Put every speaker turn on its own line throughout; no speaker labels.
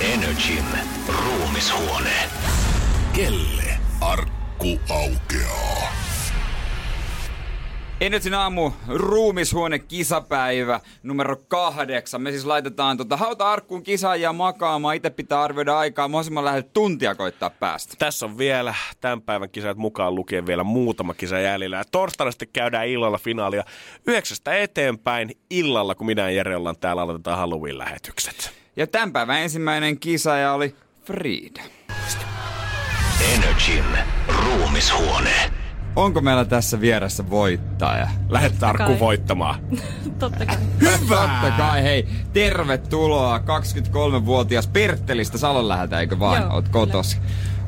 Energin ruumishuone. Kelle arkku aukeaa?
Energin aamu, ruumishuone, kisapäivä numero kahdeksan. Me siis laitetaan tota hauta-arkkuun kisaajia makaamaan. Itse pitää arvioida aikaa mahdollisimman lähellä tuntia koittaa päästä.
Tässä on vielä tämän päivän kisat mukaan lukien vielä muutama kisa jäljellä. Ja torstaina sitten käydään illalla finaalia yhdeksästä eteenpäin illalla, kun minä ja Jere ollaan täällä aloitetaan Halloween-lähetykset.
Ja tämän päivän ensimmäinen kisaaja oli Frida.
Energin ruumishuone.
Onko meillä tässä vieressä voittaja?
Lähetetään Arkku
kai.
voittamaan.
Totta kai.
Hyvä! Totta kai, hei, tervetuloa 23-vuotias Perttelistä Salon läheltä, eikö vaan?
Joo,
Oot
kyllä.
kotos.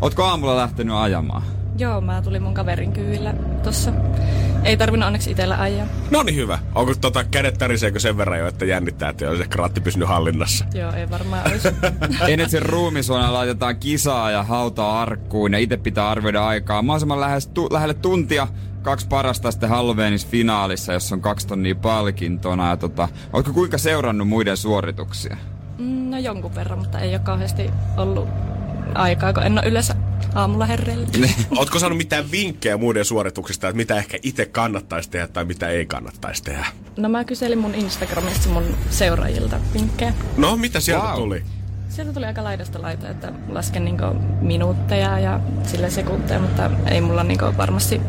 Ootko aamulla lähtenyt ajamaan?
Joo, mä tulin mun kaverin kyvillä tossa. Ei tarvinnut onneksi itellä ajaa.
No niin hyvä. Onko tota kädet täriseekö sen verran jo, että jännittää, että ei ole se kratti pysynyt hallinnassa?
Joo, ei varmaan olisi.
Enetsen ruumisuona laitetaan kisaa ja hautaa arkkuun ja itse pitää arvioida aikaa mahdollisimman lähes tu- lähelle tuntia. Kaksi parasta sitten Halloweenissa finaalissa, jossa on kaksi tonnia palkintona. Ja tota, ootko kuinka seurannut muiden suorituksia?
Mm, No jonkun verran, mutta ei ole kauheasti ollut aikaa, kun en ole yleensä aamulla herreillä.
Niin.
Ootko saanut mitään vinkkejä muiden suorituksista, että mitä ehkä itse kannattaisi tehdä tai mitä ei kannattaisi tehdä?
No mä kyselin mun Instagramissa mun seuraajilta vinkkejä.
No, mitä sieltä
Wow.
wow. tuli?
Sieltä tuli aika laidasta laita, että lasken niinku minuutteja ja sille sekunteja, mutta ei mulla niinku varmasti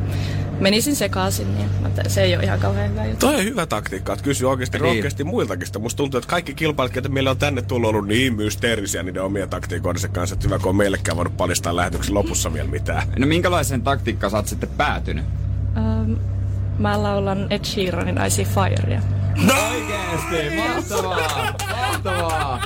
menisin sekaisin, niin että se ei ole ihan kauhean hyvä juttu.
Toi on hyvä taktiikka, että kysy oikeasti
Niin.
niin. rohkeasti muiltakin sitä. Musta tuntuu, että kaikki kilpailijat, joita meillä on tänne tullut, on ollut niin mysteerisiä niiden omia taktiikoidensa kanssa, että hyvä, kun on meillekään voinut paljastaa lähetyksen lopussa vielä mitään.
No minkälaiseen taktiikkaan sä oot sitten päätynyt?
Ähm, mä laulan Ed Sheeranin I See Firea.
Oikeesti, mahtavaa, mahtavaa.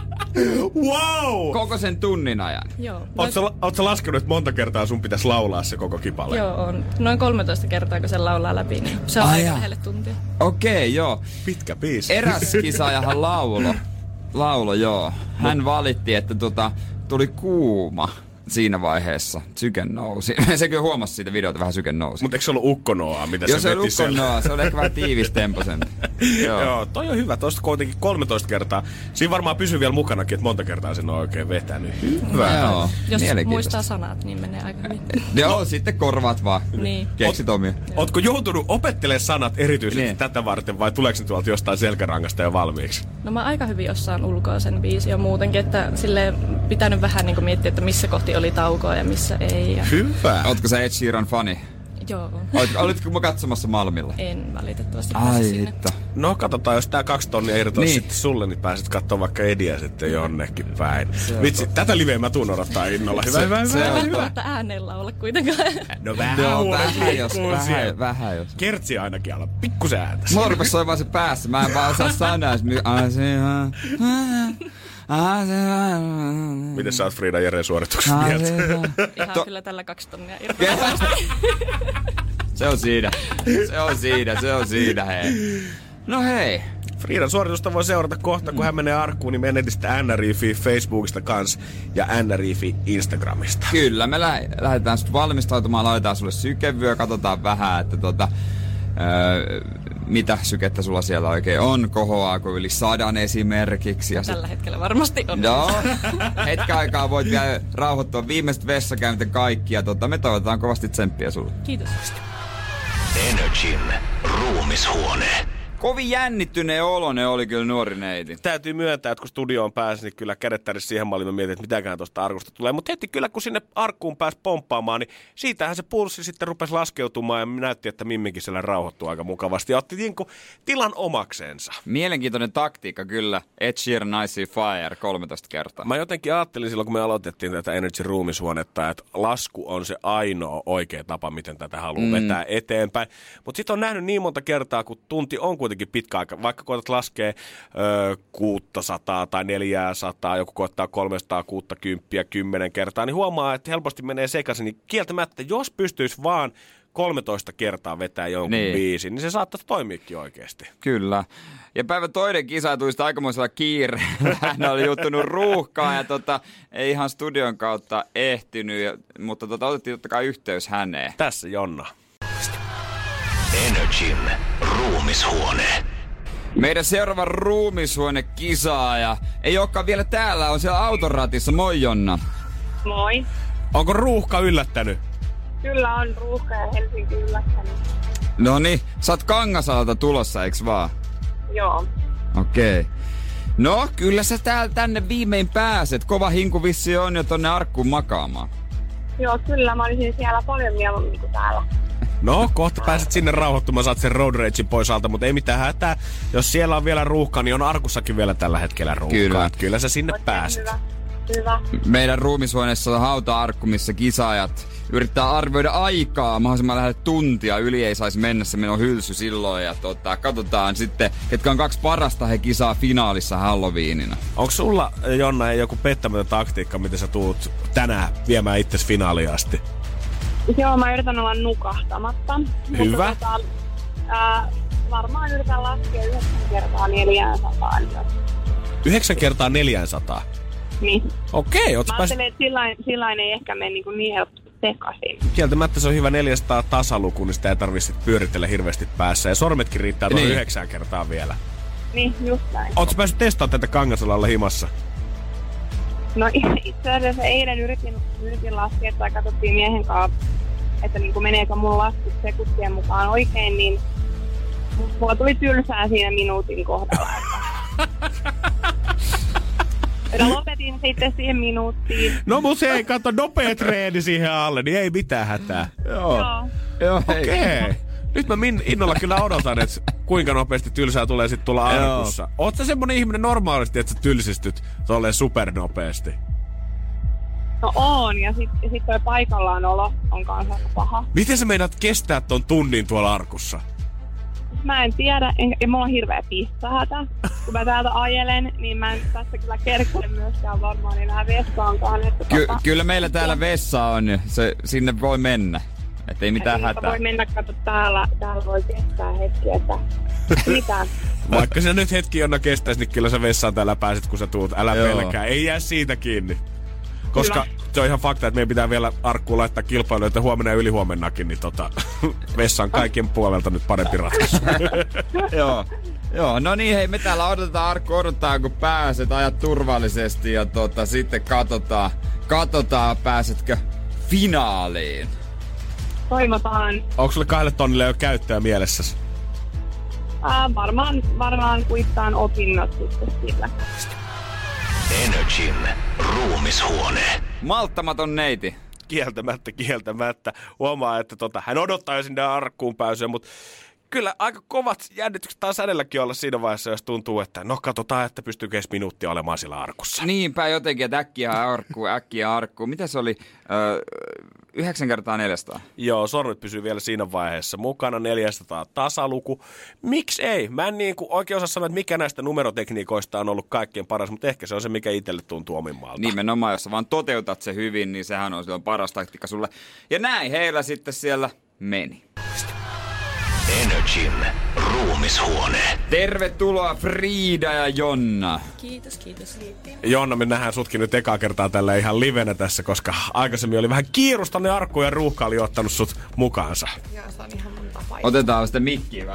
Wow!
Koko sen tunnin ajan.
Joo.
Oletko la- oot sä laskenut, että monta kertaa sun pitäisi laulaa se koko kipale?
Joo, on. Noin 13 kertaa, kun sen laulaa läpi, niin se on
Ai
aika
jaa.
lähelle tuntia.
Okei, okay, joo.
Pitkä biisi.
Eräs kisaajahan laulo. Laulo, joo. Hän valitti, että tota, tuli kuuma siinä vaiheessa. Syke nousi. Se kyllä huomasi siitä videota, vähän syke nousi.
Mutta eikö se ollut ukkonoa, mitä
Jos
se
se on
veti siellä?
ukkonnoa, se on ehkä vähän tiivistemposempi.
Joo.
joo.
Joo, toi on hyvä. Toista kuitenkin 13 kertaa. Siinä varmaan pysyy vielä mukanakin, että monta kertaa sen on oikein vetänyt. Hyvä.
Joo.
Jos
Mielenkiintoista.
muistaa sanat, niin menee aika hyvin.
Joo, sitten korvat vaan.
Niin.
Keksit omia.
Ootko joutunut opettelemaan sanat erityisesti
Niin.
niin. tätä varten vai tuleeko ne tuolta jostain selkärangasta jo valmiiksi?
No mä aika hyvin osaan ulkoa sen biisin ja muutenkin, että sille pitänyt vähän niin miettiä, että missä kohti oli taukoa ja missä ei. Ja...
Hyvä.
Ootko sä Ed Sheeran fani?
Joo, on.
Olit- Olitko mä katsomassa Malmilla?
en valitettavasti pääse
Ai
sinne.
hitto.
No katsotaan, jos tää kaksi tonnia irtoaa
Niin.
niin. sitten sulle, niin pääset katsomaan vaikka ediä sitten jonnekin päin. Vitsi, tätä liveä mä tuun odottaa innolla. Hyvä, hyvä, hyvä.
Se
Mä
on
en mutta ääneen laula kuitenkaan.
No vähän
Joo,
huonosti
vähän jos,
kuuluu
vähän,
siellä.
vähän jos.
Kertsi ainakin alla, pikkusen ääntä.
Mulla rupes soi vaan se päässä. Mä en vaan osaa sanoa. Asia. Asia.
Miten sä oot Frida Jeren suorituksessa mieltä?
Ihan
To-
to... kyllä tällä kaksi tonnia irti.
Se on siinä. Se on siinä, se on siinä, hei. No hei.
Friidan suoritusta voi seurata kohta, kun hän menee arkkuun, niin menen edistä NRIFi Facebookista kans ja NRIFi Instagramista.
Kyllä, me lä- lähdetään sut valmistautumaan, laitetaan sulle sykevyö, katsotaan vähän, että tota, öö, mitä sykettä sulla siellä oikein on, kohoaako yli sadan esimerkiksi. Ja sit-
Tällä hetkellä varmasti on.
No, hetken aikaa voit vielä rauhoittua viimeiset vessakäyntä kaikki ja tota, me toivotetaan kovasti tsemppiä sulle.
Kiitos.
Energin ruumishuone.
Kovin jännittyneen olone oli kyllä nuori neiti.
Niin Täytyy myöntää, että kun studioon pääsi, niin kyllä kädet tärisi siihen malliin. Mä mietin, että mitäkään tuosta arkusta tulee. Mutta heti kyllä, kun sinne arkkuun pääsi pomppaamaan, niin siitähän se pulssi sitten rupesi laskeutumaan ja näytti, että Mimminkin siellä rauhoittui aika mukavasti. Ja otti niin kuin tilan omakseensa.
Mielenkiintoinen taktiikka kyllä. Ed Sheeran I See Fire 13 kertaa.
Mä jotenkin ajattelin silloin, kun me aloitettiin tätä Energy Ruumishuonetta, että lasku on se ainoa oikea tapa, miten tätä haluaa mm. vetää eteenpäin. Mutta sitten on nähnyt niin monta kertaa, kun tunti on kuitenkin kuitenkin pitkä aika. Vaikka koetat laskea ö, 600 tai 400, joku koettaa 360 10 kertaa, niin huomaa, että helposti menee sekaisin. Niin kieltämättä, jos pystyisi vaan 13 kertaa vetää jonkun niin.
Niin.
biisin, niin se saattaisi toimiikin oikeasti.
Kyllä. Ja päivä toinen kisa tuli sitä aikamoisella kiireellä. Hän oli juttunut ruuhkaan ja tota, ei ihan studion kautta ehtinyt, ja, mutta tota, otettiin totta kai yhteys häneen.
Tässä Jonna.
Energin ruumishuone.
Meidän seuraava ruumishuone kisaaja ei olekaan vielä täällä, on siellä autoratissa. Moi Jonna.
Moi.
Onko ruuhka yllättänyt?
Kyllä on ruuhka ja Helsinki yllättänyt.
No niin, sä oot Kangasalalta tulossa, eiks vaan?
Joo.
Okei. Okay. No, kyllä sä täällä tänne viimein pääset. Kova hinku vissi on jo tonne arkkuun makaamaan.
Joo, kyllä mä olisin siellä paljon mieluummin kuin täällä.
No, kohta pääset sinne rauhoittumaan, saat sen road ragein pois alta, mutta ei mitään hätää. Jos siellä on vielä ruuhka, niin on arkussakin vielä tällä hetkellä ruuhkaa.
Kyllä.
Et kyllä sä sinne
Oikein
pääset.
Hyvä. Hyvä.
Meidän ruumishuoneessa on hauta-arkku, missä kisaajat yrittää arvioida aikaa. Mahdollisimman lähelle tuntia yli ei saisi mennä, se menon hylsy silloin. Ja tota, katsotaan sitten, ketkä on kaksi parasta he kisaa finaalissa Halloweenina.
Onko sulla, Jonna, joku pettämätön taktiikka, miten sä tuut tänään viemään itsesi finaaliin asti?
Joo, mä yritän olla nukahtamatta.
Hyvä.
Mutta, tota, ää, varmaan yritän laskea yhdeksän kertaa 400. Niin.
Yhdeksän kertaa 400.
Niin.
Okei, oot
Mä
pääs...
ajattelen, että sillain, sillain ei ehkä mene niin, niin helposti sekaisin.
Kieltämättä se on hyvä 400 tasaluku, niin sitä ei tarvitse pyöritellä hirveästi päässä. Ja sormetkin riittää tuohon
Niin.
yhdeksään kertaa vielä.
Niin, just näin.
Ootko päässyt testaamaan tätä Kangasalalla himassa?
No itse asiassa eilen yritin, yritin laskea, tai katsottiin miehen kanssa, että niin kuin meneekö mun laskut sekuntien mukaan oikein, niin mulla tuli tylsää siinä minuutin kohdalla. Ja lopetin sitten siihen minuuttiin.
No mut se ei kato nopea treeni siihen alle, niin ei mitään hätää.
Joo.
Joo,
Okei. Nyt mä min- innolla kyllä odotan, että kuinka nopeasti tylsää tulee sitten tulla
Joo.
arkussa. Oot sä semmonen ihminen normaalisti, että sä tylsistyt tolleen supernopeasti?
No on, ja sitten sit toi paikallaan olo on kanssa paha.
Miten sä meinaat kestää ton tunnin tuolla arkussa?
Mä en tiedä, en, ja mulla on hirveä pissahätä. Kun mä täältä ajelen, niin mä en tässä kyllä kerkeä myöskään varmaan enää vessaankaan. Että
Ky-
tota-
kyllä meillä täällä vessa on, ja se, sinne voi mennä. Et ei mitään
Että
hätää.
Voi mennä, kato täällä, täällä voi kestää hetki, että mitä.
Vaikka se nyt hetki jonna kestäis, niin kyllä sä vessaan täällä pääset, kun sä tuut. Älä Joo.
Joo.
pelkää, ei jää siitä kiinni. Koska kyllä. se on ihan fakta, että meidän pitää vielä arkkuun laittaa kilpailuja, että huomenna ja ylihuomennakin, niin tota, vessa on kaiken puolelta nyt parempi ratkaisu.
Joo. Joo, no niin hei, me täällä odotetaan, Arkku odottaa kun pääset, ajat turvallisesti ja tota, sitten katsotaan, katsotaan pääsetkö finaaliin.
Toivotaan
Onko sulle kahdelle tonnille jo käyttöä mielessäsi?
ää, varmaan, varmaan kuittaan opinnot sitten sillä.
Energin ruumishuone.
Malttamaton neiti.
kieltämättä, kieltämättä. Huomaa, että tota, hän odottaa jo sinne arkkuun pääsyä, mutta kyllä aika kovat jännitykset taas hänelläkin olla siinä vaiheessa, jos tuntuu, että no katsotaan, että pystyykö edes minuutti olemaan siellä arkussa.
Niinpä jotenkin, että äkkiä arkku, äkkiä arkku. Mitä se oli? Öö, 9 kertaa 400.
Joo, sormet pysyy vielä siinä vaiheessa mukana, 400 tasaluku. Miksi ei? Mä en niin kuin oikein osaa sanoa, että mikä näistä numerotekniikoista on ollut kaikkein paras, mutta ehkä se on se, mikä itselle tuntuu omimmaalta.
Nimenomaan, jos sä vaan toteutat se hyvin, niin sehän on silloin paras taktiikka sulle. Ja näin heillä sitten siellä meni.
Energin ruumishuone.
Tervetuloa Frida ja Jonna.
Kiitos, kiitos.
Jonna, no me nähdään sutkin nyt ekaa kertaa tällä ihan livenä tässä, koska aikaisemmin oli vähän kiirusta ne arkku ja ruuhka oli ottanut sut mukaansa.
Otetaan sitä mikkiä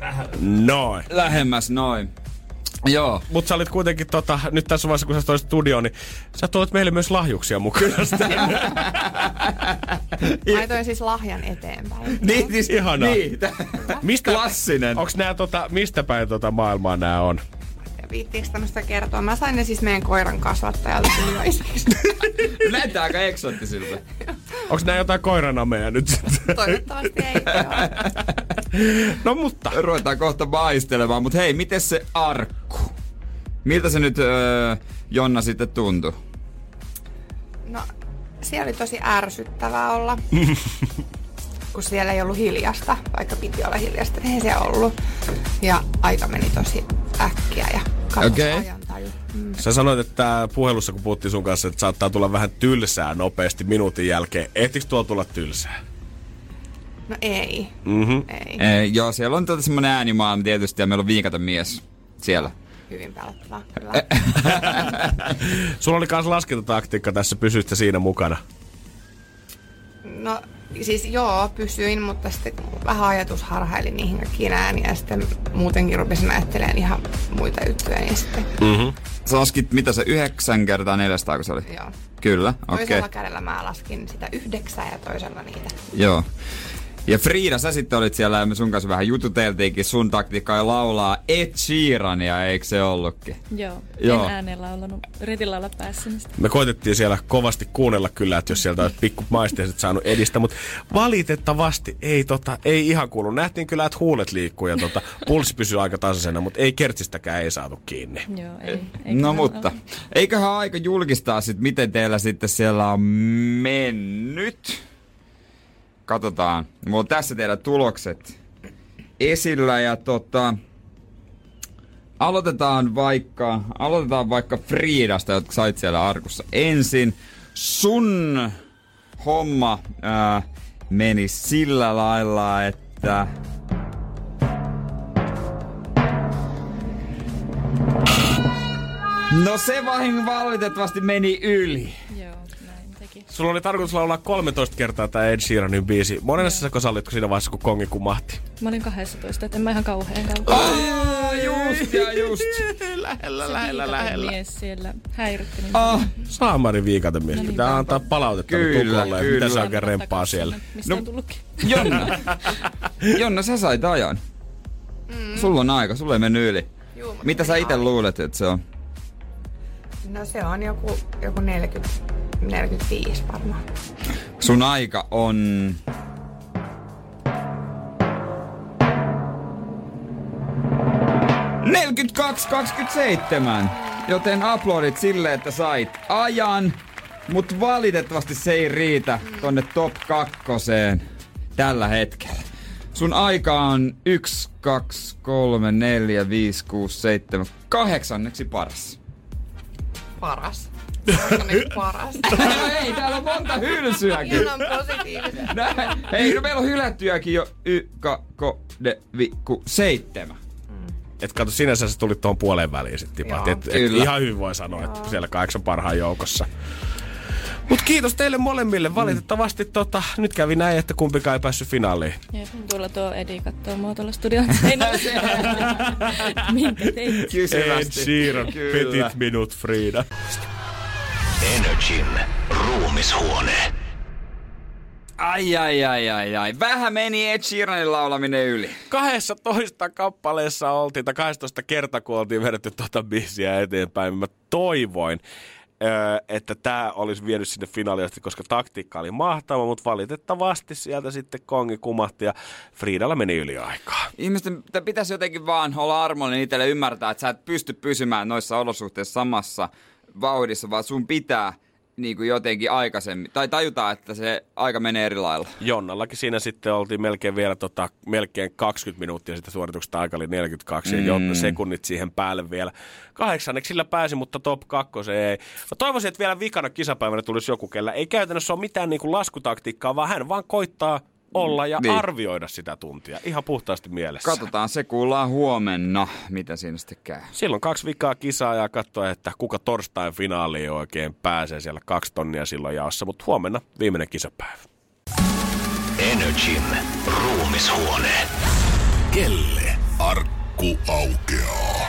vähän
Noin.
lähemmäs noin. Joo.
Mutta sä olit kuitenkin tota, nyt tässä vaiheessa, kun sä toit studioon, niin sä tuot meille myös lahjuksia mukaan. Niin.
Laitoin siis lahjan eteenpäin.
Niin, siis
Ihanaa.
Niin, tä-
Mistä,
klassinen.
Onks nää tota, mistä päin tota maailmaa nää on?
Viittiinkö tämmöistä kertoa? Mä sain ne siis meidän koiran kasvattajalta kun minua isäksi.
Näyttää aika eksoottisilta.
Onks nää jotain koiranameja nyt sitten?
Toivottavasti ei ole.
No mutta.
Ruvetaan kohta maistelemaan, mutta hei, miten se arkku? Miltä se nyt, öö, Jonna, sitten tuntui?
No, siellä oli tosi ärsyttävää olla. kun siellä ei ollut hiljasta, vaikka piti olla hiljasta, niin ei se ollut. Ja aika meni tosi äkkiä ja katosi
Okei.
ajantaju. Mm.
Sä sanoit, että puhelussa kun puhuttiin sun kanssa, että saattaa tulla vähän tylsää nopeasti minuutin jälkeen. Ehtikö tuo tulla tylsää?
No ei,
Mhm.
ei.
Ee, joo, siellä on tätä semmonen äänimaailma tietysti ja meillä on viikaton mies siellä.
Hyvin pelottavaa, kyllä.
Sulla oli myös laskentataktiikka tässä, pysytte siinä mukana.
No siis joo, pysyin, mutta sitten vähän ajatus harhaili niihin kaikkiin ääniä ja sitten muutenkin rupesin ajattelemaan ihan muita juttuja, niin sitten
Mm, Sä laskit, mitä se, 9 kertaa 400, kun se oli?
joo.
Kyllä, okei.
Toisella kädellä mä laskin sitä yhdeksää ja toisella niitä.
Joo. Ja Frida, sä sitten olit siellä ja me sun kanssa vähän jututeltiinkin. Sun taktiikka ei laulaa Ed Sheerania, eikö se ollutkin?
Joo,
Joo.
en ääneen laulanut. Yritin laulaa päässä, niin
Me koitettiin siellä kovasti kuunnella kyllä, että jos sieltä olisi pikku maisteiset saanut edistä, mutta valitettavasti ei, tota, ei ihan kuulu. Nähtiin kyllä, että huulet liikkuu ja tota, pulssi pysyy aika tasaisena, mutta ei kertsistäkään ei saatu kiinni.
joo, ei. ei
No
kyllä
mutta,
laulaa.
eiköhän aika julkistaa sitten, miten teillä sitten siellä on mennyt. Katsotaan. Mulla on tässä teidän tulokset esillä ja tota... Aloitetaan vaikka, aloitetaan vaikka Friidasta, jotka sait siellä arkussa ensin. Sun homma ää, meni sillä lailla, että... No se vain valitettavasti meni yli.
Joo, näin teki.
Sulla oli tarkoitus laulaa 13 kertaa tämä Ed Sheeranin biisi. Monessa sä kosallitko siinä vaiheessa, kun kongi kumahti?
Mä olin 12, että en mä ihan kauhean kauan.
Aa, just ja just.
lähellä,
Viikaton mies siellä häiritti. Niin
Ah,
Saamari viikaten mies.
No niin,
Pitää
vaan-
antaa palautetta
Kyllä,
tukolle. Mitä
kyllä.
sä oikein remppaa siellä?
Mistä
No.
on tullutkin?
Jonna. Jonna, sä sait ajan. Mm. Sulla on aika, sulla ei mennyt yli.
Juu, mutta
Mitä sä
meni
itse
alle.
luulet, että se on?
No se on joku, joku 40, 45 varmaan.
Sun aika on... ...42.27, joten aplodit sille, että sait ajan, mutta valitettavasti se ei riitä tonne top kakkoseen tällä hetkellä. Sun aika on 1, 2, 3, 4, 5, 6, 7, kahdeksanneksi paras.
Paras. Se on nyt paras.
Ei, täällä on monta hylsyäkin.
Ihan on positiivinen.
Näin. Hei, no meillä on hylättyjäkin jo y, ka, ko, de, vi, ku, seitsemän.
Et kato, sinänsä sä tulit tuohon puoleen väliin sitten tipahti. Et, et
Kyllä.
ihan hyvin voi sanoa, että siellä kahdeksan parhaan joukossa. Mut kiitos teille molemmille. Valitettavasti tota, nyt kävi näin, että kumpikaan ei päässyt finaaliin.
Jep, tuolla tuo Edi kattoo mua tuolla studion seinällä. Minkä teit?
Ed Sheeran, petit minut Frida.
Energin ruumishuone.
Ai, ai, ai, ai, ai. Vähän meni Ed Sheeranin laulaminen yli.
12 kappaleessa oltiin, tai 12 kertaa kun oltiin vedetty tuota biisiä eteenpäin, mä toivoin, öö, että tämä olisi vienyt sinne finaaliin asti, koska taktiikka oli mahtava, mutta valitettavasti sieltä sitten kongi kumahti ja Friidalla meni yli aikaa.
Ihmisten pitä- pitäisi jotenkin vaan olla armollinen itselle ymmärtää, että sä et pysty pysymään noissa olosuhteissa samassa vauhdissa, vaan sun pitää niin kuin jotenkin aikaisemmin, tai tajuta, että se aika menee eri lailla.
Jonnallakin siinä sitten oltiin melkein vielä tota, melkein 20 minuuttia sitä suorituksesta, aika oli 42 mm. ja Jonna sekunnit siihen päälle vielä. Kahdeksanneksi sillä pääsi, mutta top kakkoseen ei. Mä toivoisin, että vielä vikana kisapäivänä tulisi joku, kellä ei käytännössä ole mitään niin kuin laskutaktiikkaa, vaan hän vaan koittaa olla ja
Niin.
niin. arvioida sitä tuntia ihan puhtaasti mielessä.
Katsotaan, se kuullaan huomenna, mitä siinä sitten käy.
Silloin kaksi vikaa kisaa ja katsoa, että kuka torstain finaaliin oikein pääsee siellä kaksi tonnia silloin jaossa, mutta huomenna viimeinen kisapäivä.
Energin ruumishuone.
Kelle arkku aukeaa?